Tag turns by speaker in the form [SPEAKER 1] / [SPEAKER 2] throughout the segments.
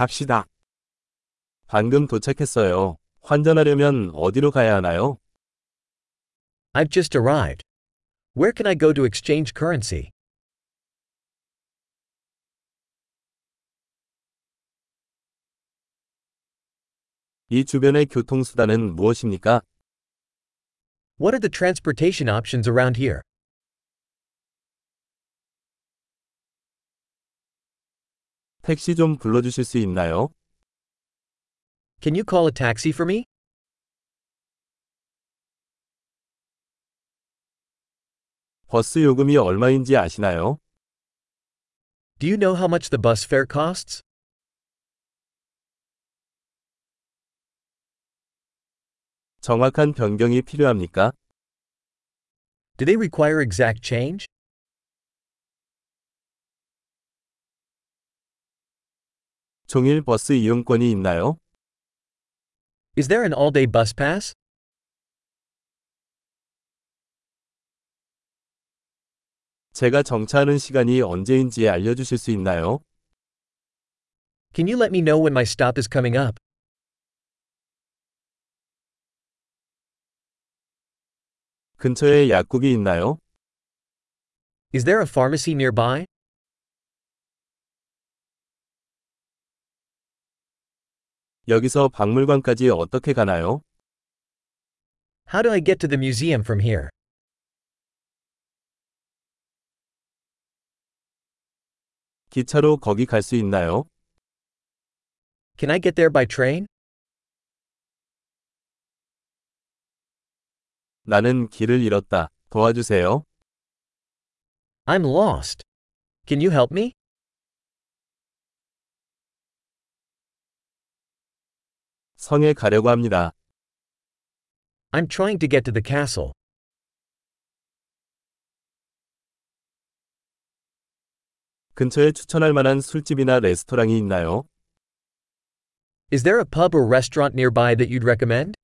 [SPEAKER 1] 갑시다.
[SPEAKER 2] 방금 도착했어요. 환전하려면 어디로 가야 하나요?
[SPEAKER 3] I've just arrived. Where can I go to exchange currency?
[SPEAKER 2] 이 주변의 교통수단은 무엇입니까?
[SPEAKER 3] What are the transportation options around here?
[SPEAKER 2] 택시 좀 불러주실 수 있나요?
[SPEAKER 3] Can you call a taxi for me?
[SPEAKER 2] 버스 요금이 얼마인지 아시나요?
[SPEAKER 3] Do you know how much the bus fare costs?
[SPEAKER 2] 정확한 변경이 필요합니까?
[SPEAKER 3] Do they require exact change?
[SPEAKER 2] 종일 버스 이용권이 있나요?
[SPEAKER 3] Is there an all day bus pass?
[SPEAKER 2] 제가 정차하는 시간이 언제인지 알려주실 수 있나요?
[SPEAKER 3] Can you let me know when my stop is coming up?
[SPEAKER 2] 근처에 약국이 있나요?
[SPEAKER 3] Is there a pharmacy nearby?
[SPEAKER 2] 여기서 박물관까지 어떻게 가나요?
[SPEAKER 3] How do I get to the museum from here?
[SPEAKER 2] 기차로 거기 갈 수 있나요?
[SPEAKER 3] Can I get there by train?
[SPEAKER 2] 나는 길을 잃었다. 도와주세요.
[SPEAKER 3] I'm lost. Can you help me?
[SPEAKER 2] 성에 가려고 합니다.
[SPEAKER 3] I'm trying to get to the castle.
[SPEAKER 2] 근처에 추천할 만한 술집이나 레스토랑이 있나요?
[SPEAKER 3] Is there a pub or restaurant nearby that you'd recommend?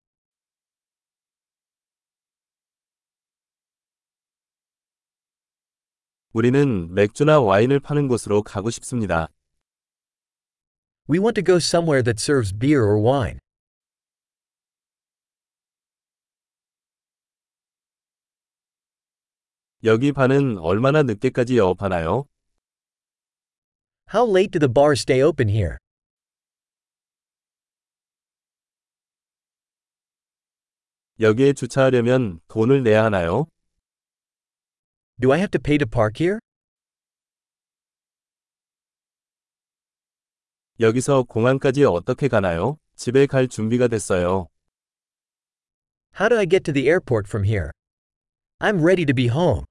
[SPEAKER 2] 우리는 맥주나 와인을 파는 곳으로 가고 싶습니다.
[SPEAKER 3] We want to go somewhere that serves beer or wine.
[SPEAKER 2] 여기 반은 얼마나 늦게까지 영업하나요?
[SPEAKER 3] How late do the bars stay open here?
[SPEAKER 2] 여기에 주차하려면 돈을 내야 하나요?
[SPEAKER 3] Do I have to pay to park here?
[SPEAKER 2] 여기서 공항까지 어떻게 가나요? 집에 갈 준비가 됐어요.
[SPEAKER 3] How do I get to the airport from here? I'm ready to be home.